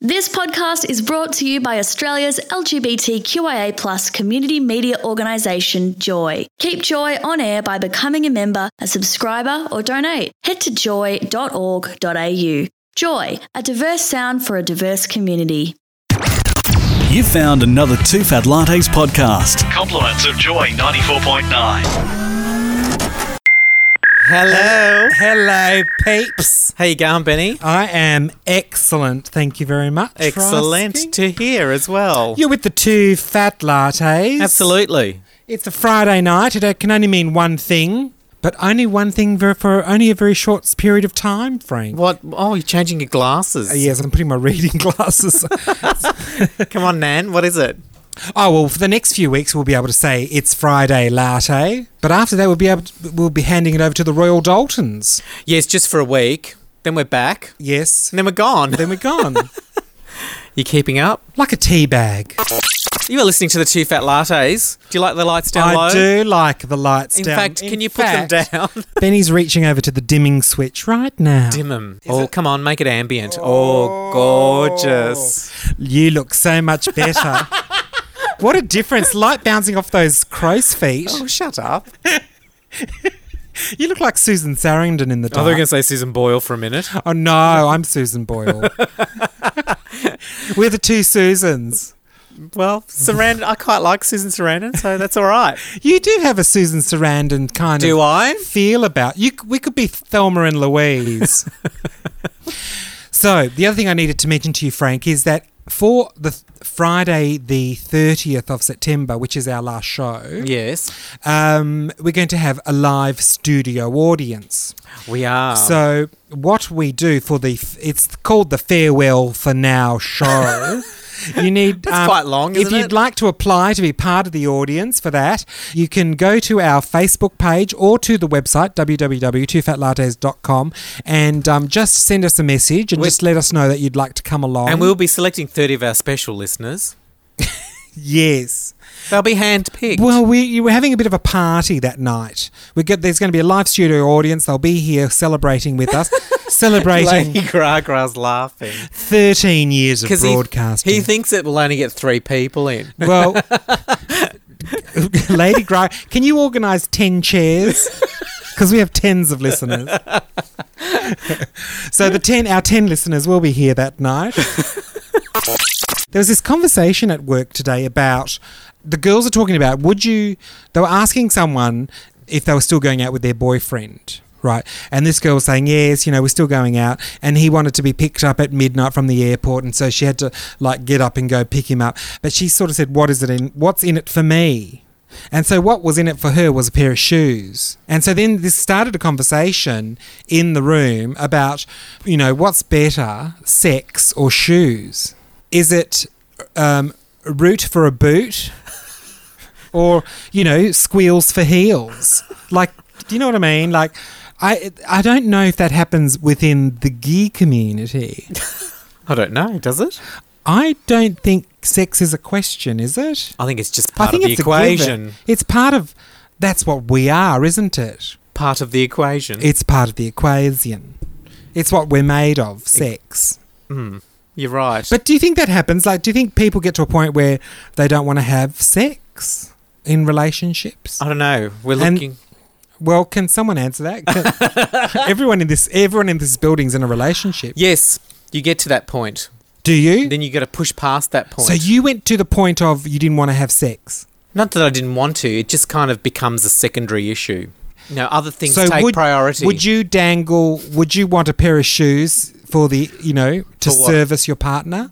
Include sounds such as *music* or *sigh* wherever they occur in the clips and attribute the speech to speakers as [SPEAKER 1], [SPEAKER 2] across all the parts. [SPEAKER 1] This podcast is brought to you by Australia's LGBTQIA plus community media organisation, Joy. Keep Joy on air by becoming a member, a subscriber, or donate. Head to joy.org.au. Joy, a diverse sound for a diverse community.
[SPEAKER 2] You found another Two Fat Lattes podcast.
[SPEAKER 3] Compliments of Joy 94.9.
[SPEAKER 4] Hello.
[SPEAKER 5] Hello, peeps.
[SPEAKER 4] How you going, Benny?
[SPEAKER 5] I am excellent. Thank you very much. for asking.
[SPEAKER 4] Excellent to hear as well.
[SPEAKER 5] You're with the two fat lattes.
[SPEAKER 4] Absolutely.
[SPEAKER 5] It's a Friday night. It can only mean one thing, but only one thing ver- for only a very short period of time, Frank.
[SPEAKER 4] What? Oh, you're changing your glasses.
[SPEAKER 5] Uh, Yes, I'm putting my reading *laughs* glasses.
[SPEAKER 4] *laughs* Come on, Nan. What is it?
[SPEAKER 5] oh well, for the next few weeks we'll be able to say it's Friday latte, but after that we'll be able to, we'll be handing it over to the Royal Daltons.
[SPEAKER 4] Yes, just for a week. Then we're back.
[SPEAKER 5] Yes,
[SPEAKER 4] And then we're *laughs* gone.
[SPEAKER 5] then we're gone
[SPEAKER 4] You keeping up?
[SPEAKER 5] like a tea bag.
[SPEAKER 4] You are listening to the Two Fat Lattes. Do you like the lights down
[SPEAKER 5] I
[SPEAKER 4] low?
[SPEAKER 5] do like the lights
[SPEAKER 4] In
[SPEAKER 5] down.
[SPEAKER 4] fact, can you
[SPEAKER 5] fact,
[SPEAKER 4] put them down?
[SPEAKER 5] Benny's reaching over to the dimming switch right now.
[SPEAKER 4] *laughs* Dim 'em. *laughs* Oh, come on, make it ambient. Oh, gorgeous.
[SPEAKER 5] You look so much better. *laughs* what a difference. Light bouncing off those crow's feet.
[SPEAKER 4] shut up.
[SPEAKER 5] *laughs* You look like Susan Sarandon in
[SPEAKER 4] Oh,
[SPEAKER 5] the dark.
[SPEAKER 4] they're going to say Susan Boyle for a minute.
[SPEAKER 5] Oh, no, I'm Susan *laughs* Boyle. We're the two Susans.
[SPEAKER 4] Well, Sarandon, I quite like Susan Sarandon, so that's all right.
[SPEAKER 5] You do have a Susan Sarandon
[SPEAKER 4] *laughs*
[SPEAKER 5] kind
[SPEAKER 4] Do
[SPEAKER 5] of
[SPEAKER 4] I?
[SPEAKER 5] feel about you. We could be Thelma and Louise. so the other thing I needed to mention to you, Frank, is that for the th- Friday, the thirtieth of September, which is our last show,
[SPEAKER 4] Yes.
[SPEAKER 5] um, we're going to have a live studio audience.
[SPEAKER 4] We are.
[SPEAKER 5] So what we do for the f- it's called the farewell for now show.
[SPEAKER 4] *laughs*
[SPEAKER 5] You need um,
[SPEAKER 4] That's quite long,
[SPEAKER 5] If
[SPEAKER 4] isn't
[SPEAKER 5] you'd
[SPEAKER 4] it?
[SPEAKER 5] like to apply to be part of the audience for that, you can go to our Facebook page or to the website www.twofatlattes.com and um, just send us a message and
[SPEAKER 4] We-
[SPEAKER 5] just let us know that you'd like to come along.
[SPEAKER 4] and we'll be selecting 30 of our special listeners.
[SPEAKER 5] yes.
[SPEAKER 4] They'll be handpicked. *laughs*
[SPEAKER 5] Well, we you were having a bit of a party that night. We get there's going to be a live studio audience. They'll be here celebrating with
[SPEAKER 4] *laughs*
[SPEAKER 5] us,
[SPEAKER 4] Lady
[SPEAKER 5] celebrating
[SPEAKER 4] Gragra's laughing.
[SPEAKER 5] 13 years of
[SPEAKER 4] Because he,
[SPEAKER 5] broadcasting.
[SPEAKER 4] he thinks it will only get three people in. *laughs*
[SPEAKER 5] well, Lady Gry, can you organise 10 chairs? Because we have tens of
[SPEAKER 4] *laughs*
[SPEAKER 5] listeners. so the 10 our 10 listeners will be here that night. There was this conversation at work today about the girls are talking about would you they were asking someone if they were still going out with their boyfriend. Right. And this girl was saying, Yes, you know, we're still going out. And he wanted to be picked up at midnight from the airport. And so she had to like get up and go pick him up. But she sort of said, What is it in what's in it for me? And so what was in it for her was a pair of shoes. And so then this started a conversation in the room about, you know, what's better, sex or shoes? Is it um, root for a boot or, you know, squeals for heels? Like, do you know what I mean? Like, I, I don't know if that happens within the gay community.
[SPEAKER 4] I don't know, does it?
[SPEAKER 5] I don't think sex is a question, is it?
[SPEAKER 4] I think it's just part
[SPEAKER 5] I think
[SPEAKER 4] of the
[SPEAKER 5] it's A
[SPEAKER 4] equation.
[SPEAKER 5] given. it's part of that's what we are, isn't it?
[SPEAKER 4] Part of the equation.
[SPEAKER 5] It's part of the equation. It's what we're made of, sex.
[SPEAKER 4] You're right.
[SPEAKER 5] But do you think that happens? Like, do you think people get to a point where they don't want to have sex in relationships?
[SPEAKER 4] I don't know. We're
[SPEAKER 5] And-
[SPEAKER 4] looking.
[SPEAKER 5] Well, can someone answer that?
[SPEAKER 4] *laughs*
[SPEAKER 5] Can- everyone in this, everyone in this building's in a relationship.
[SPEAKER 4] Yes, you get to that point.
[SPEAKER 5] Do you?
[SPEAKER 4] Then you got to push past that point.
[SPEAKER 5] So you went to the point of you didn't want to have sex.
[SPEAKER 4] Not that I didn't want to. It just kind of becomes a secondary issue. You know, other things
[SPEAKER 5] so
[SPEAKER 4] take
[SPEAKER 5] would,
[SPEAKER 4] priority.
[SPEAKER 5] Would you dangle? Would you want a pair of shoes for the you know to
[SPEAKER 4] For what?
[SPEAKER 5] service your partner?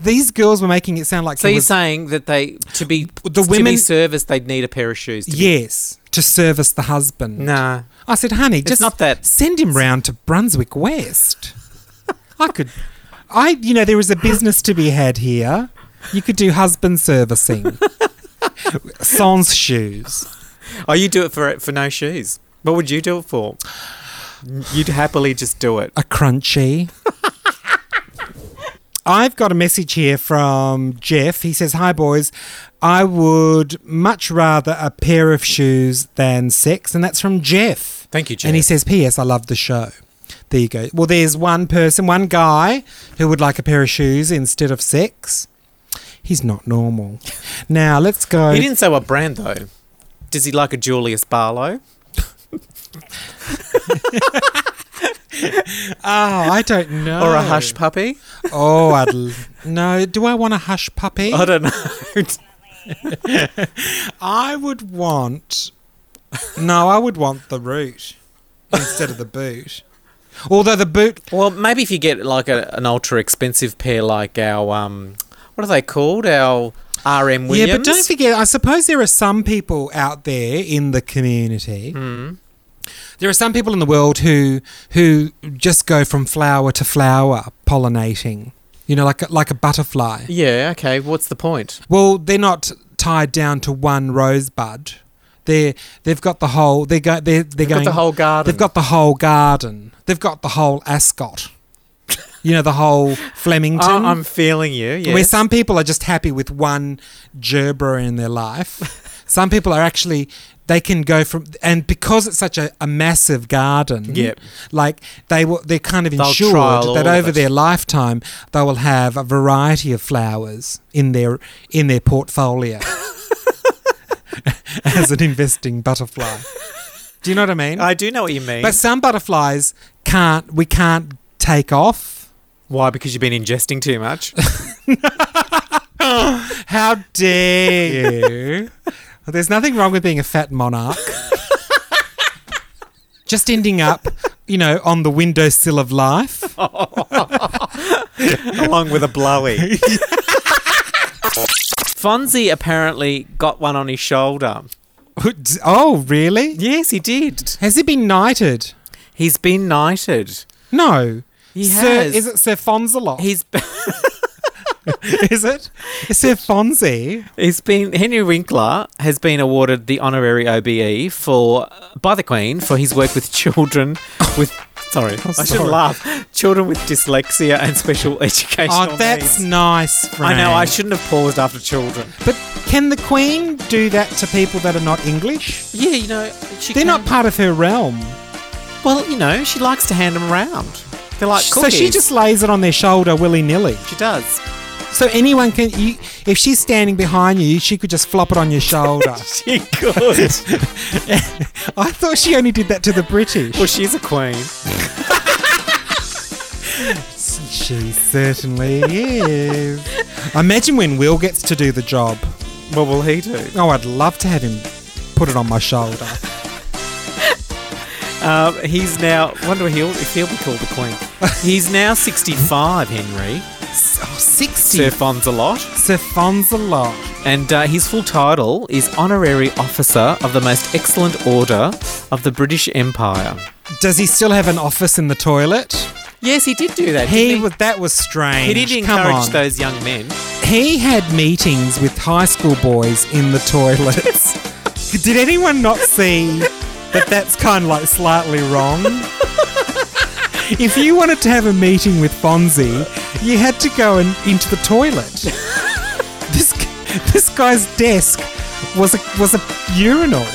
[SPEAKER 5] These girls were making it sound like
[SPEAKER 4] So
[SPEAKER 5] it
[SPEAKER 4] you're
[SPEAKER 5] was-
[SPEAKER 4] saying that they to be to
[SPEAKER 5] The women-
[SPEAKER 4] be serviced, they'd need a pair of shoes. To
[SPEAKER 5] yes to service the husband.
[SPEAKER 4] Be, nah,
[SPEAKER 5] I said, honey, just
[SPEAKER 4] not that-
[SPEAKER 5] Send him round to Brunswick West. I could, I you know there is a business to be had here. You could do husband servicing. Sans shoes.
[SPEAKER 4] oh, you do it for for no shoes. What would you do it for? You'd happily just do it.
[SPEAKER 5] a crunchy. I've got a message here from Jeff. He says, Hi, boys. I would much rather a pair of shoes than sex. And that's from Jeff.
[SPEAKER 4] Thank you,
[SPEAKER 5] And he
[SPEAKER 4] Jeff.
[SPEAKER 5] says, P.S. I love the show. There you go. Well, there's one person, one guy who would like a pair of shoes instead of six. He's not normal. Now let's go.
[SPEAKER 4] He didn't say what brand though. Does he like a Julius Barlow?
[SPEAKER 5] Oh, I don't know.
[SPEAKER 4] Or a hush puppy?
[SPEAKER 5] Oh, I'd l- no. Do I want a hush puppy?
[SPEAKER 4] I don't know. *laughs*
[SPEAKER 5] I would want. No, I would want the root instead of the boot. Although the boot,
[SPEAKER 4] well, maybe if you get like a, an ultra expensive pair, like our um, what are they called? Our RM Williams.
[SPEAKER 5] yeah, but don't forget. I suppose there are some people out there in the community.
[SPEAKER 4] Hmm.
[SPEAKER 5] There are some people in the world who who just go from flower to flower pollinating. You know, like a, like a butterfly.
[SPEAKER 4] Yeah. Okay. What's the point?
[SPEAKER 5] Well, they're not tied down to one rosebud. They they've got the whole they go they they're
[SPEAKER 4] got
[SPEAKER 5] going
[SPEAKER 4] the whole garden.
[SPEAKER 5] They've got the whole garden. They've got the whole
[SPEAKER 4] *laughs*
[SPEAKER 5] ascot. you know the whole Flemington.
[SPEAKER 4] I, I'm feeling you. Yes.
[SPEAKER 5] Where some people are just happy with one gerbera in
[SPEAKER 4] *laughs*
[SPEAKER 5] their life. some people are actually they can go from and because it's such a, a massive garden,
[SPEAKER 4] Yep.
[SPEAKER 5] like they will they're kind of
[SPEAKER 4] They'll
[SPEAKER 5] insured
[SPEAKER 4] trial
[SPEAKER 5] that
[SPEAKER 4] all of
[SPEAKER 5] over
[SPEAKER 4] it.
[SPEAKER 5] their lifetime they will have a variety of flowers in their in their
[SPEAKER 4] *laughs*
[SPEAKER 5] portfolio as an investing butterfly. Do you know what I mean?
[SPEAKER 4] I do know what you mean.
[SPEAKER 5] but some butterflies can't we can't take off.
[SPEAKER 4] Why? Because you've been ingesting too much. *laughs*
[SPEAKER 5] How dare you? There's nothing wrong with being a fat monarch. Just ending up, you know, on the windowsill of life.
[SPEAKER 4] along with a blowy. *laughs* Fonzie apparently got one on his shoulder.
[SPEAKER 5] Oh, really?
[SPEAKER 4] Yes, he did.
[SPEAKER 5] Has he been knighted?
[SPEAKER 4] He's been knighted.
[SPEAKER 5] No.
[SPEAKER 4] He
[SPEAKER 5] Sir,
[SPEAKER 4] has.
[SPEAKER 5] Is it Sir Fonzelot?
[SPEAKER 4] He's
[SPEAKER 5] *laughs*
[SPEAKER 4] *laughs*
[SPEAKER 5] is it? It's Sir Fonzie.
[SPEAKER 4] he's been Henry Winkler has been awarded the honorary OBE for by the Queen for his work with children with sorry, I should
[SPEAKER 5] sorry.
[SPEAKER 4] laugh. Children with dyslexia and special *laughs* educational
[SPEAKER 5] Oh, that's
[SPEAKER 4] needs.
[SPEAKER 5] nice, Frank.
[SPEAKER 4] I know I shouldn't have paused after children.
[SPEAKER 5] But can the Queen do that to people that are not English?
[SPEAKER 4] Yeah, you know, she
[SPEAKER 5] They're not part of her realm.
[SPEAKER 4] Well, you know, she likes to hand them around. They're like
[SPEAKER 5] so she
[SPEAKER 4] *laughs*
[SPEAKER 5] just lays it on their shoulder willy nilly.
[SPEAKER 4] she does.
[SPEAKER 5] So anyone can, you, if she's standing behind you, she could just flop it on your shoulder.
[SPEAKER 4] *laughs* *laughs* She could.
[SPEAKER 5] *laughs* I thought she only did that to the British.
[SPEAKER 4] well, she's a queen.
[SPEAKER 5] she certainly is. *laughs* Imagine when Will gets to do the job.
[SPEAKER 4] What will he do?
[SPEAKER 5] Oh, I'd love to have him put it on my shoulder.
[SPEAKER 4] Um, he's now. Wonder if he'll, if he'll be called the queen. *laughs* He's now sixty-five, Henry.
[SPEAKER 5] Oh, 60.
[SPEAKER 4] Sir Fonzelot,
[SPEAKER 5] Sir Fonzelot.
[SPEAKER 4] and uh, his full title is Honorary Officer of the Most Excellent Order of the British Empire.
[SPEAKER 5] Does he still have an office in the toilet?
[SPEAKER 4] Yes, he did do that.
[SPEAKER 5] He
[SPEAKER 4] didn't
[SPEAKER 5] was. That was strange.
[SPEAKER 4] He did
[SPEAKER 5] Come
[SPEAKER 4] encourage
[SPEAKER 5] on.
[SPEAKER 4] those young men.
[SPEAKER 5] He had meetings with high school boys in the
[SPEAKER 4] *laughs*
[SPEAKER 5] toilets. Did anyone not see that that's kind of like slightly wrong? If you wanted to have a meeting with Fonzie, you had to go and into the toilet. This this guy's desk was a was a urinal.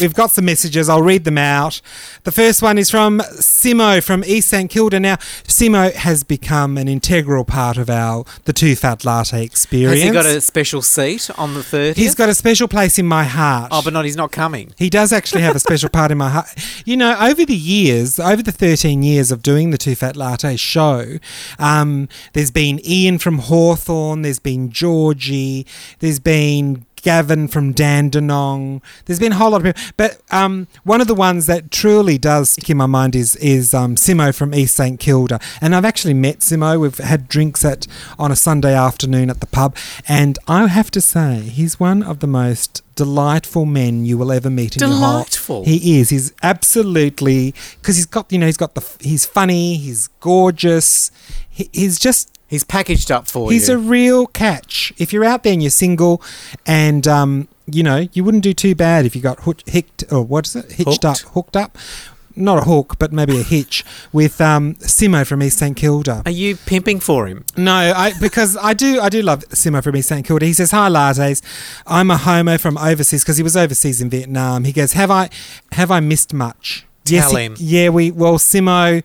[SPEAKER 5] We've got some messages. I'll read them out. The first one is from Simo from East St Kilda. Now, Simo has become an integral part of our the Two Fat Latte experience.
[SPEAKER 4] Has he got a special seat on the thirtieth?
[SPEAKER 5] He's got a special place in my heart.
[SPEAKER 4] Oh, but not. He's not coming.
[SPEAKER 5] He does actually have a special part in my
[SPEAKER 4] *laughs*
[SPEAKER 5] heart. You know, over the years, over the 13 years of doing the Two Fat Latte show, um, there's been Ian from Hawthorne, there's been Georgie, there's been Gavin from Dandenong. There's been a whole lot of people. But um, one of the ones that truly does stick in my mind is is um, Simo from East St Kilda. And I've actually met Simo. We've had drinks at on a Sunday afternoon at the pub. And I have to say, he's one of the most delightful men you will ever meet in your whole
[SPEAKER 4] Delightful.
[SPEAKER 5] he is he's absolutely because he's got you know he's got the f- he's funny he's gorgeous he, he's just
[SPEAKER 4] He's packaged up for
[SPEAKER 5] He's
[SPEAKER 4] you.
[SPEAKER 5] a real catch. If you're out there and you're single, and um, you know you wouldn't do too bad if you got hooked, hicked, or what is it? Hitched
[SPEAKER 4] Hooked.
[SPEAKER 5] up, hooked up. Not a hook, but maybe a hitch with um, Simo from East St Kilda.
[SPEAKER 4] Are you pimping for him?
[SPEAKER 5] No, I because I do I do love Simo from East St Kilda. He says hi lattes. I'm a homo from overseas because he was overseas in Vietnam. He goes have I have I missed much? Yes,
[SPEAKER 4] Tell him.
[SPEAKER 5] Yeah, we well, Simo.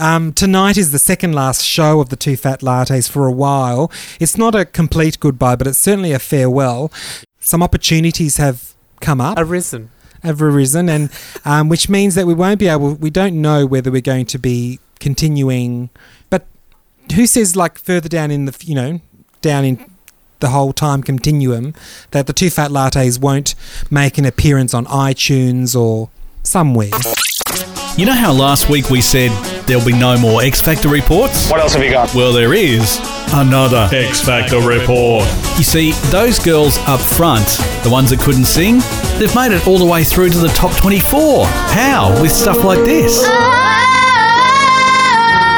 [SPEAKER 5] Um, tonight is the second last show of the Two Fat Lattes for a while. It's not a complete goodbye, but it's certainly a farewell. Some opportunities have come up,
[SPEAKER 4] Arisen.
[SPEAKER 5] have arisen, and um, which means that we won't be able. We don't know whether we're going to be continuing. But who says like further down in the f- you know down in the whole time continuum that the Two Fat Lattes won't make an appearance on iTunes or somewhere?
[SPEAKER 2] You know how last week we said there'll be no more X Factor reports?
[SPEAKER 3] What else have you got?
[SPEAKER 2] Well, there is another X Factor report. You see, those girls up front, the ones that couldn't sing, they've made it all the way through to the top 24. How? With stuff like this.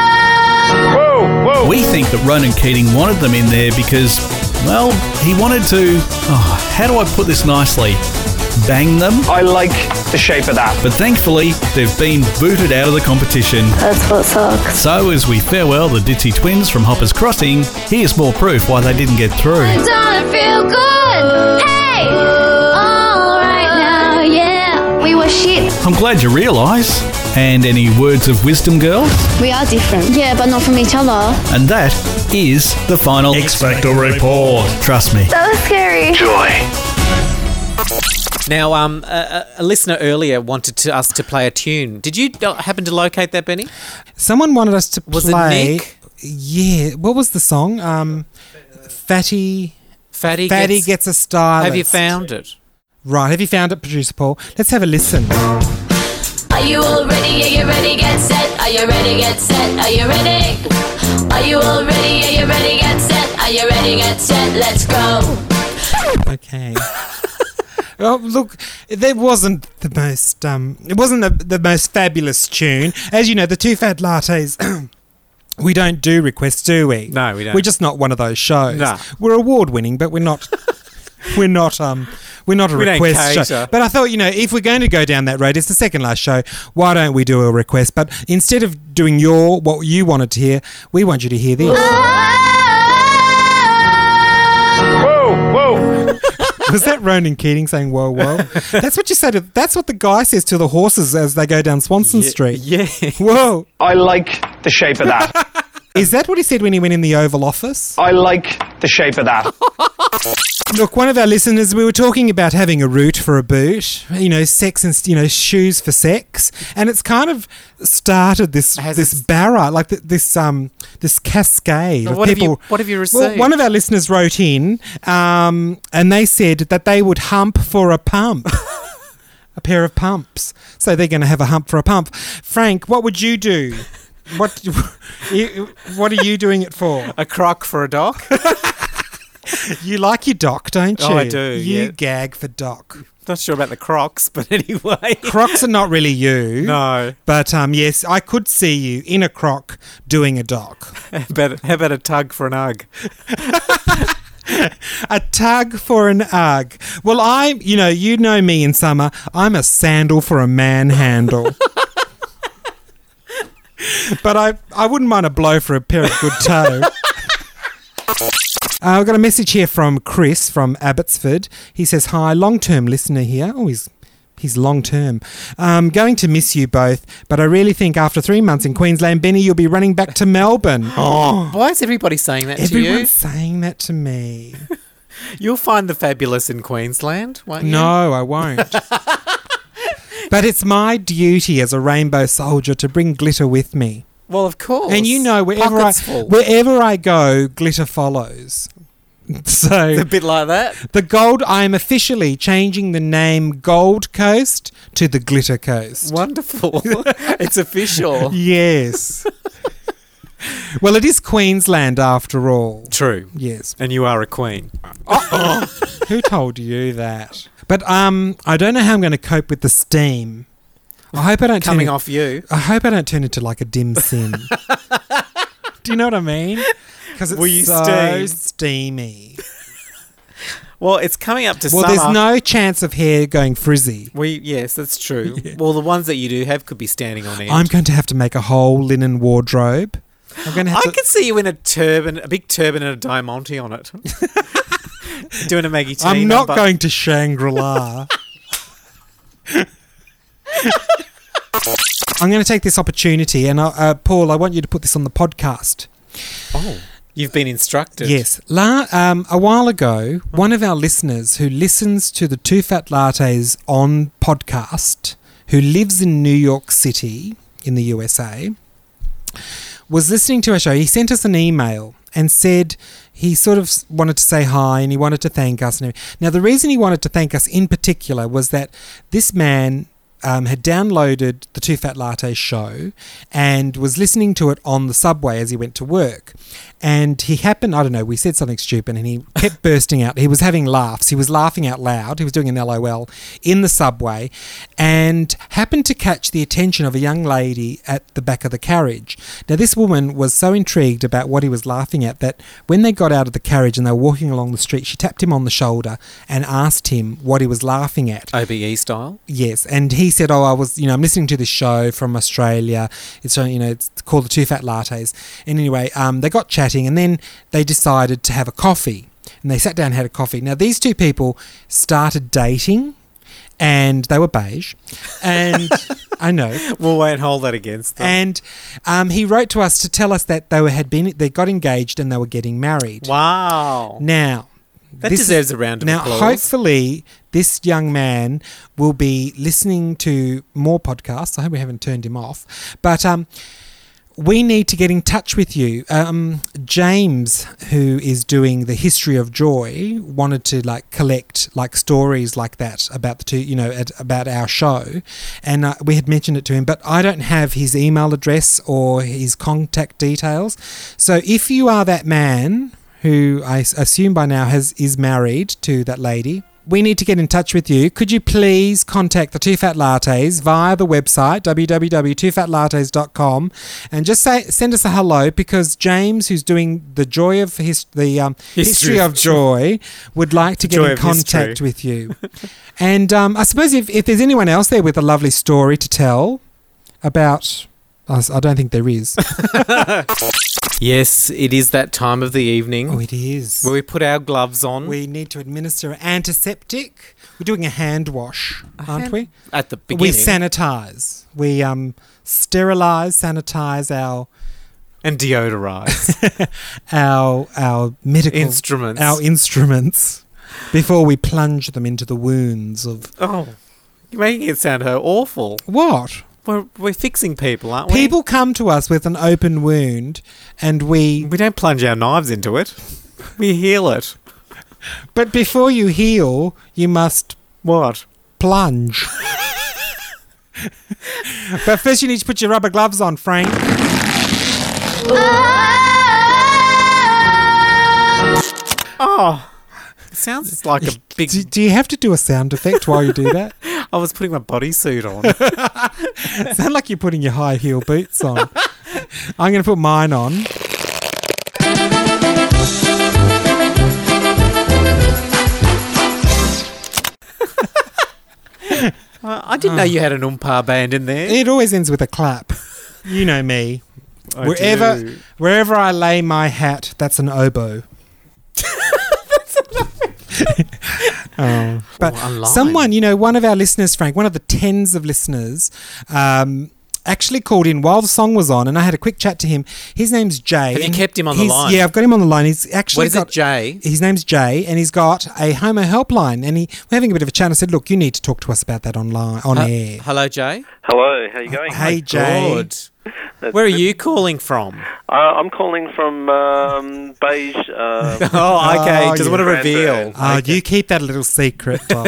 [SPEAKER 3] Whoa, whoa.
[SPEAKER 2] We think that Ronan Keating wanted them in there because, well, he wanted to. Oh, how do I put this nicely? Bang them?
[SPEAKER 3] I like the shape of that.
[SPEAKER 2] But thankfully, they've been booted out of the competition.
[SPEAKER 6] That's what sucks.
[SPEAKER 2] So, as we farewell the Ditzy twins from Hopper's Crossing, here's more proof why they didn't get through.
[SPEAKER 6] Don't feel good. Hey! All right now, yeah. We were shit.
[SPEAKER 2] I'm glad you realise. And any words of wisdom, girls?
[SPEAKER 7] We are different. Yeah, but not from each other.
[SPEAKER 2] And that is the final X Factor report. Trust me.
[SPEAKER 6] That was scary.
[SPEAKER 3] Joy.
[SPEAKER 4] Now, um, a, a- a listener earlier wanted to, us to play a tune. Did you uh, happen to locate that, Benny?
[SPEAKER 5] Someone wanted us to
[SPEAKER 4] Was it
[SPEAKER 5] play.
[SPEAKER 4] Nick?
[SPEAKER 5] Yeah. What was the song? Um, fatty.
[SPEAKER 4] Fatty,
[SPEAKER 5] Fatty gets,
[SPEAKER 4] gets,
[SPEAKER 5] a style.
[SPEAKER 4] Have you found it?
[SPEAKER 5] Right. Have you found it, producer Paul? Let's have a listen.
[SPEAKER 8] Are you all ready? Are you ready? Get set. Are you ready? Get set. Are you ready? Are you all ready? Are you ready? Get set. Are you ready? Get set. Let's go.
[SPEAKER 5] Okay. *laughs* Oh look, that wasn't the most um, it wasn't the, the most fabulous tune. As you know, the two fat lattes, *clears throat* we don't do requests, do we?
[SPEAKER 4] No, we don't.
[SPEAKER 5] We're just not one of those shows.
[SPEAKER 4] No.
[SPEAKER 5] we're award winning, but we're
[SPEAKER 4] *laughs*
[SPEAKER 5] not. we're not um, we're not a
[SPEAKER 4] We don't
[SPEAKER 5] request show.
[SPEAKER 4] cater.
[SPEAKER 5] But I thought you know if we're going to go down that road, it's the second last show. Why don't we do a request? But instead of doing your what you wanted to hear, we want you to hear this.
[SPEAKER 3] Whoa, whoa.
[SPEAKER 5] Was that Ronan Keating saying
[SPEAKER 4] *laughs*
[SPEAKER 5] "Whoa, whoa"? That's what you say to. That's what the guy says to the horses as they go down Swanson Street.
[SPEAKER 4] *laughs* Yeah.
[SPEAKER 5] Whoa!
[SPEAKER 3] I like the shape of that.
[SPEAKER 5] Is that what he said when he went in the Oval Office?
[SPEAKER 3] I like the shape of that.
[SPEAKER 5] Look, one of our listeners, we were talking about having a root for a boot. You know, sex and you know shoes for sex, and it's kind of started this
[SPEAKER 4] Has
[SPEAKER 5] this
[SPEAKER 4] it-
[SPEAKER 5] barra like th- this um this cascade.
[SPEAKER 4] Now,
[SPEAKER 5] of
[SPEAKER 4] what have you-
[SPEAKER 5] people.
[SPEAKER 4] what have you
[SPEAKER 5] Well,
[SPEAKER 4] received?
[SPEAKER 5] one of our listeners wrote in, um, and they said that they would hump for a pump. a pair of pumps. So they're going to have a hump for a pump. Frank, what would you do? What *laughs* you- what are you doing it for?
[SPEAKER 4] A croc for a dog?
[SPEAKER 5] *laughs* You like your doc, don't you?
[SPEAKER 4] Oh, I do,
[SPEAKER 5] You
[SPEAKER 4] yeah.
[SPEAKER 5] gag for doc.
[SPEAKER 4] Not sure about the crocs, but anyway.
[SPEAKER 5] Crocs are not really you.
[SPEAKER 4] No.
[SPEAKER 5] But um, yes, I could see you in a croc doing a doc.
[SPEAKER 4] How about, how about a tug for an ug?
[SPEAKER 5] A tug for an ug. Well, I, you know, you know me in summer. I'm a sandal for a manhandle. *laughs* but I, I wouldn't mind a blow for a pair of good toe. *laughs* Uh, I've got a message here from Chris from Abbotsford. He says, Hi, long term listener here. Oh, he's. He's long term. Um, going to miss you both, but I really think after three months in Queensland, Benny, you'll be running back to Melbourne.
[SPEAKER 4] Why is everybody saying that Oh, to you?
[SPEAKER 5] Everyone's saying that to me.
[SPEAKER 4] You'll find the fabulous in Queensland, won't you?
[SPEAKER 5] No,
[SPEAKER 4] *laughs*
[SPEAKER 5] I won't. but it's my duty as a rainbow soldier to bring glitter with me.
[SPEAKER 4] Well, of course.
[SPEAKER 5] And you know, wherever I,
[SPEAKER 4] Pockets full.
[SPEAKER 5] wherever I go, glitter follows. *laughs* So
[SPEAKER 4] It's a bit like that.
[SPEAKER 5] the gold, I am officially changing the name Gold Coast to the Glitter Coast.
[SPEAKER 4] Wonderful. *laughs* it's *laughs* official.
[SPEAKER 5] Yes. well, it is Queensland after all.
[SPEAKER 4] True.
[SPEAKER 5] Yes.
[SPEAKER 4] And you are a queen.
[SPEAKER 5] Who told you that? But um, I don't know how I'm going to cope with the steam. I hope I don't turn
[SPEAKER 4] Coming
[SPEAKER 5] it-
[SPEAKER 4] off you.
[SPEAKER 5] I hope I don't turn into like a dim sim. *laughs* Do you know what I mean? Because it's
[SPEAKER 4] Will you
[SPEAKER 5] so
[SPEAKER 4] steam?
[SPEAKER 5] steamy.
[SPEAKER 4] Well, it's coming up to
[SPEAKER 5] Well,
[SPEAKER 4] summer.
[SPEAKER 5] there's no chance of hair going frizzy.
[SPEAKER 4] We yes, that's true.
[SPEAKER 5] *laughs*
[SPEAKER 4] Well, the ones that you do have could be standing on end.
[SPEAKER 5] I'm going to have to make a whole linen wardrobe. I'm going to have
[SPEAKER 4] I
[SPEAKER 5] to.
[SPEAKER 4] could see you in a turban, a big turban and a diamante on
[SPEAKER 5] *laughs*
[SPEAKER 4] it, doing a Maggie. T
[SPEAKER 5] I'm
[SPEAKER 4] *laughs*
[SPEAKER 5] not
[SPEAKER 4] number.
[SPEAKER 5] going to Shangri La. I'm going to take this opportunity, and I, uh, Paul, I want you to put this on the podcast.
[SPEAKER 4] You've been instructed.
[SPEAKER 5] Yes. La- um, a while ago, one of our listeners who listens to the Two Fat Lattes on podcast, who lives in New York City in the USA, was listening to our show. He sent us an email and said he sort of s- wanted to say hi and he wanted to thank us. And everything. now, the reason he wanted to thank us in particular was that this man. Um, had downloaded the Two Fat Latte show and was listening to it on the subway as he went to work. And he happened, I don't know, we said something stupid and he kept bursting out. He was having laughs. He was laughing out loud. He was doing an LOL in the subway and happened to catch the attention of a young lady at the back of the carriage. Now, this woman was so intrigued about what he was laughing at that when they got out of the carriage and they were walking along the street, she tapped him on the shoulder and asked him what he was laughing at.
[SPEAKER 4] OBE E style.
[SPEAKER 5] Yes, and he said, "Oh, I was, you know, I'm listening to this show from Australia. It's uh, you know, it's called the Two Fat Lattes." And anyway, um, they got chatting, and then they decided to have a coffee, and they sat down and had a coffee. Now these two people started dating, and they were beige,
[SPEAKER 4] *laughs*
[SPEAKER 5] and I know.
[SPEAKER 4] Well, won't hold that against them.
[SPEAKER 5] And um, he wrote to us to tell us that they were, had been they got engaged and they were getting married.
[SPEAKER 4] wow.
[SPEAKER 5] Now,
[SPEAKER 4] That
[SPEAKER 5] this-
[SPEAKER 4] deserves a round of
[SPEAKER 5] now,
[SPEAKER 4] applause.
[SPEAKER 5] hopefully, this young man will be listening to more podcasts. I hope we haven't turned him off. But um, we need to get in touch with you. Um, James, who is doing the history of joy, wanted to like collect like stories like that about the two, you know, at, about our show, and uh, we had mentioned it to him. But I don't have his email address or his contact details. So if you are that man who I s- assume by now has is married to that lady. We need to get in touch with you. Could you please contact the Two Fat Lattes via the website www.twofatlattes.com and just say send us a hello because James, who's doing the joy of his the um, history,
[SPEAKER 4] History
[SPEAKER 5] of
[SPEAKER 4] of
[SPEAKER 5] joy, would like to
[SPEAKER 4] The
[SPEAKER 5] get
[SPEAKER 4] joy
[SPEAKER 5] in
[SPEAKER 4] of history.
[SPEAKER 5] contact with you.
[SPEAKER 4] *laughs*
[SPEAKER 5] and um, I suppose if, if there's anyone else there with a lovely story to tell about, I s- I don't think there
[SPEAKER 4] *laughs*
[SPEAKER 5] is.
[SPEAKER 4] yes, it is that time of the evening
[SPEAKER 5] oh, it is.
[SPEAKER 4] where we put our gloves on
[SPEAKER 5] We need to administer antiseptic. We're doing a hand wash, aren't we?
[SPEAKER 4] at the
[SPEAKER 5] We
[SPEAKER 4] beginning
[SPEAKER 5] sanitize. We um, sterilize, sanitize our
[SPEAKER 4] and deodorize.
[SPEAKER 5] *laughs* our our medical
[SPEAKER 4] Instruments.
[SPEAKER 5] our instruments before we plunge them into the wounds of
[SPEAKER 4] oh, you're making it sound so awful.
[SPEAKER 5] what
[SPEAKER 4] We're, we're fixing people, aren't we?
[SPEAKER 5] people come to us with an open wound, and we.
[SPEAKER 4] We don't plunge our knives into it. We heal it.
[SPEAKER 5] But before you heal, you must
[SPEAKER 4] What?
[SPEAKER 5] plunge. *laughs* but first, you need to put your rubber gloves on, Frank.
[SPEAKER 4] Oh, it sounds like *laughs* a big.
[SPEAKER 5] Do, do you have to do a sound effect while you
[SPEAKER 4] *laughs*
[SPEAKER 5] do that?
[SPEAKER 4] I was putting my bodysuit on.
[SPEAKER 5] Sound like you're putting your high heel boots on. I'm going to put mine on.
[SPEAKER 4] *laughs* I didn't know you had an umpire band in there.
[SPEAKER 5] It always ends with a clap. You know me.
[SPEAKER 4] I
[SPEAKER 5] wherever
[SPEAKER 4] do.
[SPEAKER 5] wherever I lay my hat, that's an oboe. oh, but
[SPEAKER 4] a line.
[SPEAKER 5] someone, you know, one of our listeners, Frank, one of the tens of listeners, um, actually called in while the song was on, and I had a quick chat to him. His name's Jay.
[SPEAKER 4] Have you
[SPEAKER 5] and
[SPEAKER 4] kept him on the
[SPEAKER 5] he's-
[SPEAKER 4] line?
[SPEAKER 5] Yeah, I've got him on the line. He's actually
[SPEAKER 4] What is
[SPEAKER 5] got,
[SPEAKER 4] it, Jay?
[SPEAKER 5] his name's Jay, and he's got a homo helpline. And he, we're having a bit of a chat. I said, "Look, you need to talk to us about that online on air."
[SPEAKER 4] Uh, Hello, Jay.
[SPEAKER 9] Hello, how you going?
[SPEAKER 5] Hey, Jay.
[SPEAKER 9] That's
[SPEAKER 4] Where are
[SPEAKER 9] good.
[SPEAKER 4] you calling from?
[SPEAKER 9] Uh, I'm calling from um, Beige. Uh,
[SPEAKER 4] *laughs* Oh, okay. Doesn't
[SPEAKER 5] yeah.
[SPEAKER 4] want to
[SPEAKER 9] Grand
[SPEAKER 4] reveal.
[SPEAKER 5] Oh, you keep that a
[SPEAKER 4] *laughs*
[SPEAKER 5] little secret. Bob.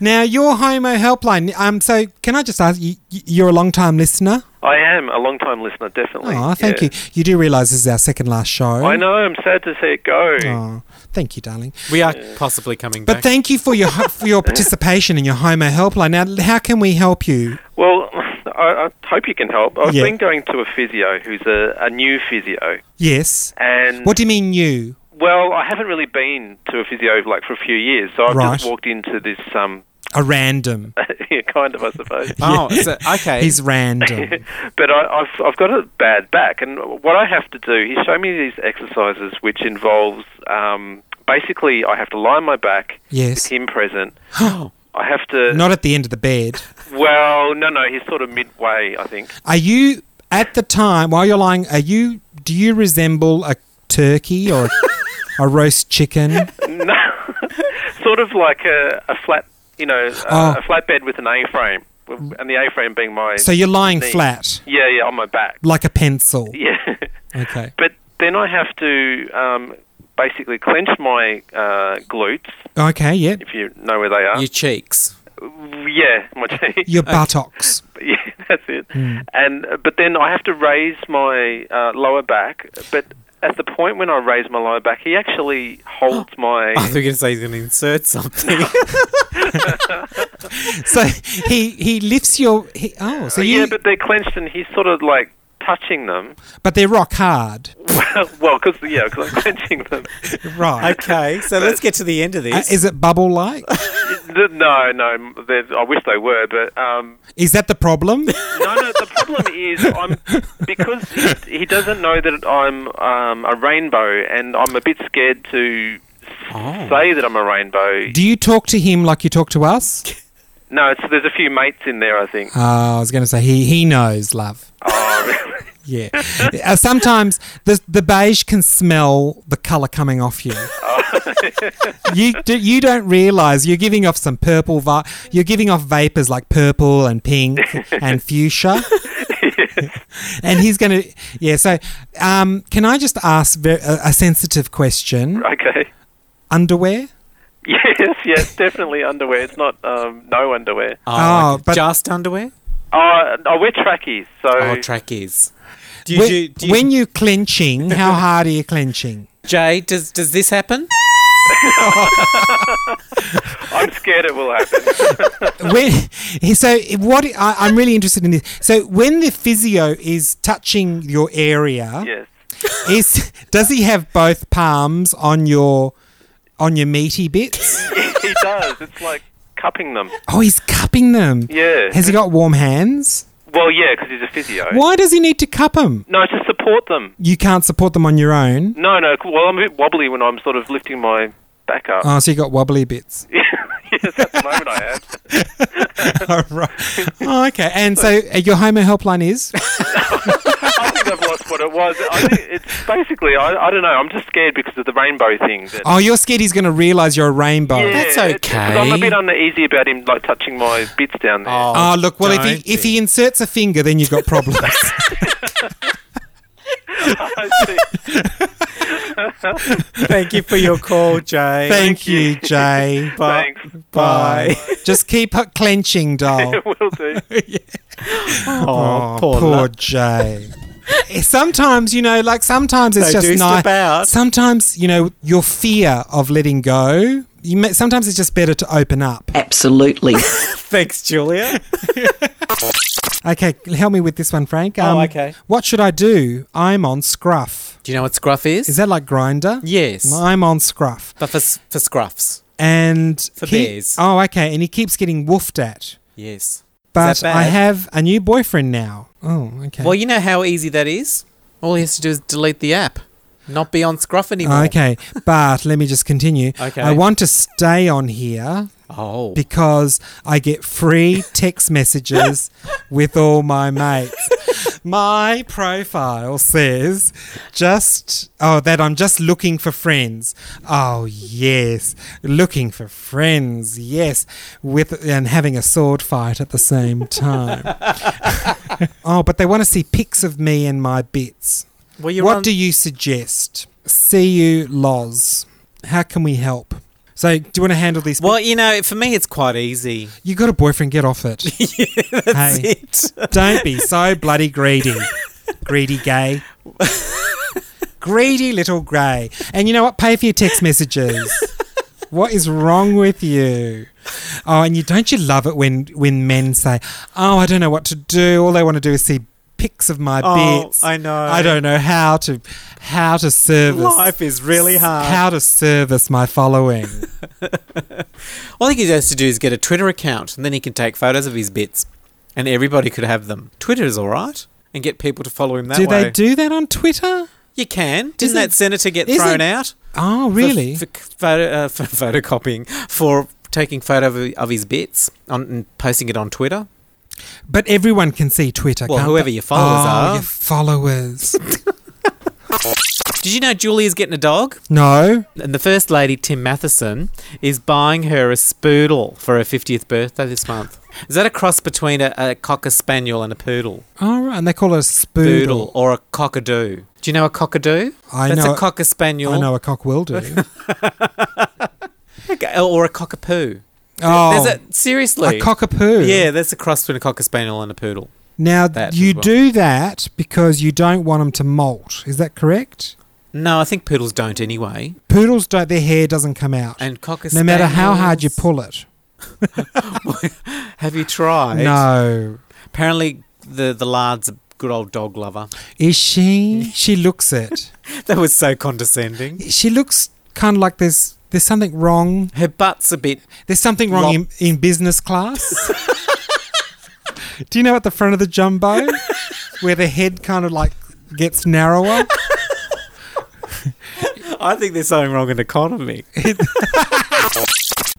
[SPEAKER 5] now, your homo helpline. Um, so can I just ask you? you- You're a long time listener.
[SPEAKER 9] I am a long time listener, definitely.
[SPEAKER 5] Oh, thank
[SPEAKER 9] yeah.
[SPEAKER 5] you. You do realise this is our second last show.
[SPEAKER 9] I know. I'm sad to see it go.
[SPEAKER 5] Oh, thank you, darling.
[SPEAKER 4] We are possibly coming
[SPEAKER 5] But
[SPEAKER 4] back.
[SPEAKER 5] thank you for your for
[SPEAKER 9] *laughs*
[SPEAKER 5] your participation in your homo helpline. Now, how can we help you?
[SPEAKER 9] Well, *laughs* I, I hope you can help. I've
[SPEAKER 5] Yeah.
[SPEAKER 9] been going to a physio who's a, a new physio,
[SPEAKER 5] Yes.
[SPEAKER 9] and
[SPEAKER 5] What do you mean, you?
[SPEAKER 9] well, I haven't really been to a physio like for a few years, so I've
[SPEAKER 5] Right.
[SPEAKER 9] just walked into this um, *laughs*
[SPEAKER 5] A random.
[SPEAKER 9] yeah, kind of, I suppose.
[SPEAKER 4] oh, so, okay.
[SPEAKER 5] He's random.
[SPEAKER 9] *laughs* but I, I've, I've got a bad back, and what I have to do, he showed me these exercises which involves um, basically I have to lie on my back,
[SPEAKER 5] Yes. *gasps*
[SPEAKER 9] with him present. I have to
[SPEAKER 5] Not at the end of the bed.
[SPEAKER 9] Well, no, no, he's sort of midway, I think.
[SPEAKER 5] Are you at the time while you're lying? Are you? Do you resemble a turkey
[SPEAKER 9] *laughs*
[SPEAKER 5] or a roast chicken?
[SPEAKER 9] No, sort of like a, a flat, you know, a,
[SPEAKER 5] Oh.
[SPEAKER 9] a flatbed with an A-frame, and the A-frame being my.
[SPEAKER 5] So you're lying
[SPEAKER 9] knee.
[SPEAKER 5] flat
[SPEAKER 9] Yeah, yeah, on my back. *laughs*
[SPEAKER 5] like a pencil.
[SPEAKER 9] Yeah,
[SPEAKER 5] Okay.
[SPEAKER 9] but then I have to um, basically clench my uh, glutes,
[SPEAKER 5] Okay. Yep.
[SPEAKER 9] if you know where they are.
[SPEAKER 4] Your *laughs* cheeks.
[SPEAKER 9] yeah,
[SPEAKER 5] *laughs*
[SPEAKER 9] my teeth.
[SPEAKER 5] Your buttocks.
[SPEAKER 9] *laughs* yeah, that's it.
[SPEAKER 5] Hmm.
[SPEAKER 9] And uh, but then I have to raise my uh, lower back, but. At the point when I raise my lower back, he actually holds my.
[SPEAKER 5] Oh.
[SPEAKER 4] I thought you were going to say he's going to insert something.
[SPEAKER 5] So he he lifts your. He, oh, so you.
[SPEAKER 9] yeah, but they're clenched, and he's sort of like touching them.
[SPEAKER 5] but they're rock hard.
[SPEAKER 9] well, *laughs* because yeah, because I'm clenching them.
[SPEAKER 5] Right.
[SPEAKER 4] okay, so let's get to the end of
[SPEAKER 5] Uh,
[SPEAKER 4] this.
[SPEAKER 5] is it bubble like?
[SPEAKER 9] No, no, they're- I wish they were, but um,
[SPEAKER 5] Is that the
[SPEAKER 9] *laughs*
[SPEAKER 5] problem?
[SPEAKER 9] no, no. The problem is I'm because he, he doesn't know that I'm um, a rainbow, and I'm a bit scared to s say that I'm a rainbow.
[SPEAKER 5] Do you talk to him like you talk to us?
[SPEAKER 9] No, it's, there's a few mates in there, I think.
[SPEAKER 5] Uh, I was going to say he he knows love. Yeah. Uh, sometimes the the beige can smell the color coming off you. you do, you don't realize you're giving off some purple vi- you're giving off vapors like purple and pink and fuchsia. and he's going to yeah, so um, can I just ask ver- a, a sensitive question?
[SPEAKER 9] okay. *laughs*
[SPEAKER 5] Underwear?
[SPEAKER 9] Yes, yes, definitely underwear. It's not um, no underwear.
[SPEAKER 5] Oh, but-
[SPEAKER 4] just underwear?
[SPEAKER 9] Oh, I wear trackies, so
[SPEAKER 4] Oh, trackies. Do you,
[SPEAKER 5] When,
[SPEAKER 4] do, do you,
[SPEAKER 5] when you clenching, how hard are you clenching?
[SPEAKER 4] *laughs* Jay, does does this happen?
[SPEAKER 9] I'm scared it will happen.
[SPEAKER 5] when *laughs* so what I, I'm really interested in this. So when the physio is touching your area,
[SPEAKER 9] yes.
[SPEAKER 5] is does he have both palms on your on your meaty bits?
[SPEAKER 9] *laughs* he does. It's like cupping them.
[SPEAKER 5] Oh, he's cupping them.
[SPEAKER 9] Yeah.
[SPEAKER 5] Has he got warm hands?
[SPEAKER 9] Well, yeah, because he's a physio.
[SPEAKER 5] Why does he need to cup them?
[SPEAKER 9] No, to support them.
[SPEAKER 5] You can't support them on your own.
[SPEAKER 9] *laughs* No, no. c- Well, I'm a bit wobbly when I'm sort of lifting my back up.
[SPEAKER 5] Oh, so you got wobbly bits.
[SPEAKER 9] *laughs* yes, at the moment I have.
[SPEAKER 5] All right. Oh, okay. And so uh, your Homo helpline is?
[SPEAKER 9] I think I've lost what it was. I think it's basically I, I don't know. I'm just scared because of the rainbow thing. That,
[SPEAKER 5] Oh, you're scared he's going to realise you're a rainbow.
[SPEAKER 4] that's
[SPEAKER 9] it's- it's 'cause I'm a
[SPEAKER 4] okay.
[SPEAKER 9] bit uneasy about him like touching my bits down there.
[SPEAKER 5] Oh, look, well, if
[SPEAKER 4] don't
[SPEAKER 5] he, if
[SPEAKER 4] be.
[SPEAKER 5] he inserts a finger, then you've got problems.
[SPEAKER 9] *laughs* I see.
[SPEAKER 4] Thank you for your call, Jay.
[SPEAKER 5] Thank you, Jay. Bye.
[SPEAKER 9] Thanks.
[SPEAKER 5] Bye. *laughs* Just keep her clenching, doll.
[SPEAKER 9] Will do.
[SPEAKER 4] Oh,
[SPEAKER 5] Oh,
[SPEAKER 4] *laughs* poor,
[SPEAKER 5] poor,
[SPEAKER 4] love.
[SPEAKER 5] Jay. Eh, Sometimes, you know, like sometimes it's
[SPEAKER 4] They
[SPEAKER 5] just
[SPEAKER 4] do
[SPEAKER 5] nice.
[SPEAKER 4] slip out.
[SPEAKER 5] Sometimes, you know, your fear of letting go. You may, sometimes it's just better to open up.
[SPEAKER 10] Absolutely.
[SPEAKER 4] Thanks, Julia.
[SPEAKER 5] Okay, help me with this one, Frank.
[SPEAKER 4] Oh,
[SPEAKER 5] Um,
[SPEAKER 4] okay.
[SPEAKER 5] What should I do? I'm on scruff.
[SPEAKER 4] Do you know what scruff is?
[SPEAKER 5] Is that like grinder?
[SPEAKER 4] yes,
[SPEAKER 5] I'm on scruff,
[SPEAKER 4] but for s- for scruffs.
[SPEAKER 5] and
[SPEAKER 4] For bears.
[SPEAKER 5] Oh, okay. And he keeps getting woofed at.
[SPEAKER 4] Yes.
[SPEAKER 5] But I
[SPEAKER 4] bad?
[SPEAKER 5] have a new boyfriend now. Oh, okay.
[SPEAKER 4] Well, you know how easy that is. All he has to do is delete the app, not be on scruff anymore.
[SPEAKER 5] Okay, but let me just continue.
[SPEAKER 4] Okay.
[SPEAKER 5] I want to stay on here
[SPEAKER 4] Oh.
[SPEAKER 5] because I get free
[SPEAKER 4] *laughs*
[SPEAKER 5] text messages with all my mates. My profile says just oh that I'm just looking for friends. Oh yes, looking for friends. Yes, with and having a sword fight at the
[SPEAKER 4] *laughs*
[SPEAKER 5] same time. oh, but they want to see pics of me and my bits.
[SPEAKER 4] Well, you're
[SPEAKER 5] what
[SPEAKER 4] on-
[SPEAKER 5] do you suggest? See you, Loz. How can we help? So, do you want to handle these?
[SPEAKER 4] Well, you know, for me, it's quite easy.
[SPEAKER 5] You got a boyfriend, get off
[SPEAKER 4] *laughs*
[SPEAKER 5] it. hey,
[SPEAKER 4] It-
[SPEAKER 5] don't be so
[SPEAKER 4] *laughs*
[SPEAKER 5] bloody greedy. greedy gay. greedy little grey. And you know what? Pay for your text messages. what is wrong with you? Oh, and you don't you love it when when men say, "Oh, I don't know what to do. All they want to do is see pics of my
[SPEAKER 4] Oh,
[SPEAKER 5] bits.
[SPEAKER 4] I know.
[SPEAKER 5] I don't know how to how to service
[SPEAKER 4] Life is really hard.
[SPEAKER 5] How to service my following.
[SPEAKER 4] All he has to do is get a Twitter account, and then he can take photos of his bits, and everybody could have them. Twitter is all right, and get people to follow him that
[SPEAKER 5] do
[SPEAKER 4] way.
[SPEAKER 5] they do that on Twitter?
[SPEAKER 4] You can. Didn't
[SPEAKER 5] Isn't-
[SPEAKER 4] that senator get
[SPEAKER 5] isn't-
[SPEAKER 4] thrown out?
[SPEAKER 5] Oh,
[SPEAKER 4] for-
[SPEAKER 5] really?
[SPEAKER 4] For, *laughs* c- photo, uh, for photocopying, for taking photo of, of his bits on, and posting it on Twitter.
[SPEAKER 5] But everyone can see Twitter.
[SPEAKER 4] Well,
[SPEAKER 5] can't
[SPEAKER 4] whoever
[SPEAKER 5] they?
[SPEAKER 4] your followers
[SPEAKER 5] Oh,
[SPEAKER 4] are.
[SPEAKER 5] Your followers. *laughs*
[SPEAKER 4] Did you know Julia's getting a dog?
[SPEAKER 5] no.
[SPEAKER 4] And the first lady, Tim Matheson, is buying her a spoodle for her 50th birthday this month. Is that a cross between a, a cocker spaniel and a poodle?
[SPEAKER 5] All right. And they call it a spoodle.
[SPEAKER 4] Poodle or a cockadoo? Do you know a cockadoo?
[SPEAKER 5] I
[SPEAKER 4] That's
[SPEAKER 5] know
[SPEAKER 4] a cocker spaniel.
[SPEAKER 5] I know a cock
[SPEAKER 4] *laughs*
[SPEAKER 5] will do.
[SPEAKER 4] Okay, Or a cockapoo.
[SPEAKER 5] oh,
[SPEAKER 4] There's a, seriously.
[SPEAKER 5] a cockapoo.
[SPEAKER 4] Yeah, that's a cross between a cocker spaniel and a poodle.
[SPEAKER 5] Now
[SPEAKER 4] That
[SPEAKER 5] you
[SPEAKER 4] as well.
[SPEAKER 5] do that because you don't want them to molt. Is that correct?
[SPEAKER 4] No, I think poodles don't anyway.
[SPEAKER 5] Poodles don't. Their hair doesn't come out.
[SPEAKER 4] And cocker
[SPEAKER 5] no matter how hard you
[SPEAKER 4] spaniels-
[SPEAKER 5] pull it.
[SPEAKER 4] Have you tried?
[SPEAKER 5] No.
[SPEAKER 4] Apparently, the, the lard's a good old dog lover. *laughs*
[SPEAKER 5] Is she? She looks it.
[SPEAKER 4] That was so condescending.
[SPEAKER 5] She looks kind of like there's there's something wrong.
[SPEAKER 4] Her butt's a bit
[SPEAKER 5] There's something wrong
[SPEAKER 4] Lop-
[SPEAKER 5] in, in business
[SPEAKER 4] *laughs*
[SPEAKER 5] class. Do you know at the front of the jumbo where the head kind of like gets narrower?
[SPEAKER 4] I think there's something wrong in economy.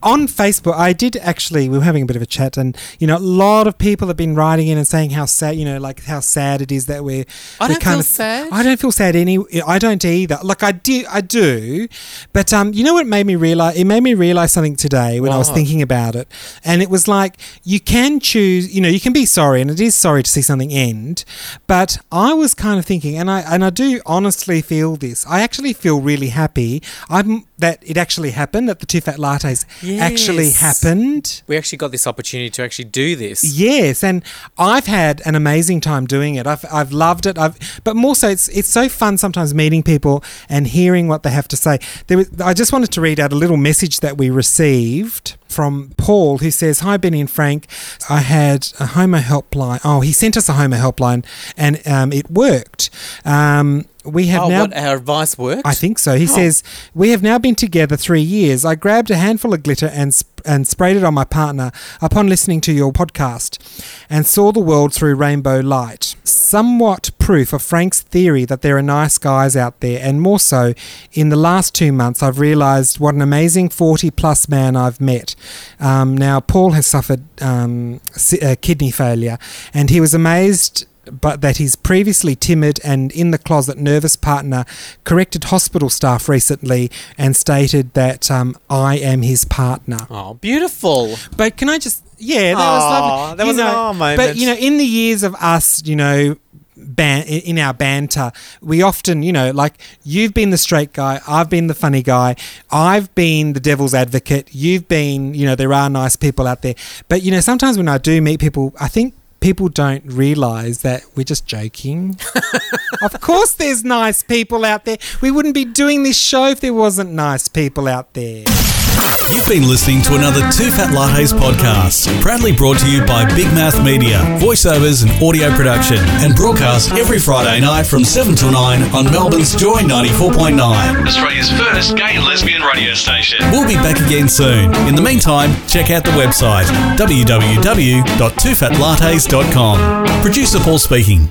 [SPEAKER 5] on Facebook, I did actually. We were having a bit of a chat, and you know, a lot of people have been writing in and saying how sad, you know, like how sad it is that we're.
[SPEAKER 4] I
[SPEAKER 5] we're
[SPEAKER 4] don't
[SPEAKER 5] kind
[SPEAKER 4] feel
[SPEAKER 5] of,
[SPEAKER 4] sad.
[SPEAKER 5] I don't feel sad any. I don't either. Like I do, I do, but um, you know what made me realize? It made me realize something today when I was
[SPEAKER 4] What?
[SPEAKER 5] thinking about it, and it was like you can choose. You know, you can be sorry, and it is sorry to see something end, but I was kind of thinking, and I and I do honestly feel this. I actually feel really happy. I'm that it actually happened that the two fat lattes actually
[SPEAKER 4] Yes.
[SPEAKER 5] happened.
[SPEAKER 4] We actually got this opportunity to actually do this.
[SPEAKER 5] Yes, and I've had an amazing time doing it. I've, I've loved it. I've, but more so, it's it's so fun sometimes meeting people and hearing what they have to say. There was, I just wanted to read out a little message that we received from Paul, who says, "Hi Benny and Frank, I had a Homo helpline. Oh, he sent us a Homo helpline, and um, it worked. Um, we have
[SPEAKER 4] Oh,
[SPEAKER 5] now."
[SPEAKER 4] what our advice worked.
[SPEAKER 5] I think so. He says, We have now been together three years. I grabbed a handful of glitter and, sp- and sprayed it on my partner upon listening to your podcast and saw the world through rainbow light. Somewhat proof of Frank's theory that there are nice guys out there, and more so, in the last two months, I've realised what an amazing 40 plus man I've met. Um, now, Paul has suffered um, si- uh, kidney failure, and he was amazed but that his previously timid and in the closet nervous partner corrected hospital staff recently and stated that um, I am his partner.
[SPEAKER 4] Oh, beautiful.
[SPEAKER 5] But can I just, yeah, that was
[SPEAKER 4] Aw,
[SPEAKER 5] lovely.
[SPEAKER 4] that
[SPEAKER 5] You
[SPEAKER 4] was an
[SPEAKER 5] know,
[SPEAKER 4] aw moment.
[SPEAKER 5] But you know, in the years of us, you know. Ban- in in our banter, we often, you know, like you've been the straight guy, I've been the funny guy, I've been the devil's advocate, you've been, you know, there are nice people out there. But, you know, sometimes when I do meet people, I think people don't realize that we're
[SPEAKER 4] *laughs*
[SPEAKER 5] just joking. Of course, there's nice people out there. We wouldn't be doing this show if there wasn't nice people out there.
[SPEAKER 2] You've been listening to another Two Fat Lattes podcast, proudly brought to you by Big Mouth Media, voiceovers and audio production, and broadcast every Friday night from 7 till 9 on Melbourne's Joy 94.9.
[SPEAKER 10] Australia's first gay and lesbian radio station.
[SPEAKER 2] We'll be back again soon. In the meantime, check out the website www.twofatlattes.com. Producer Paul speaking.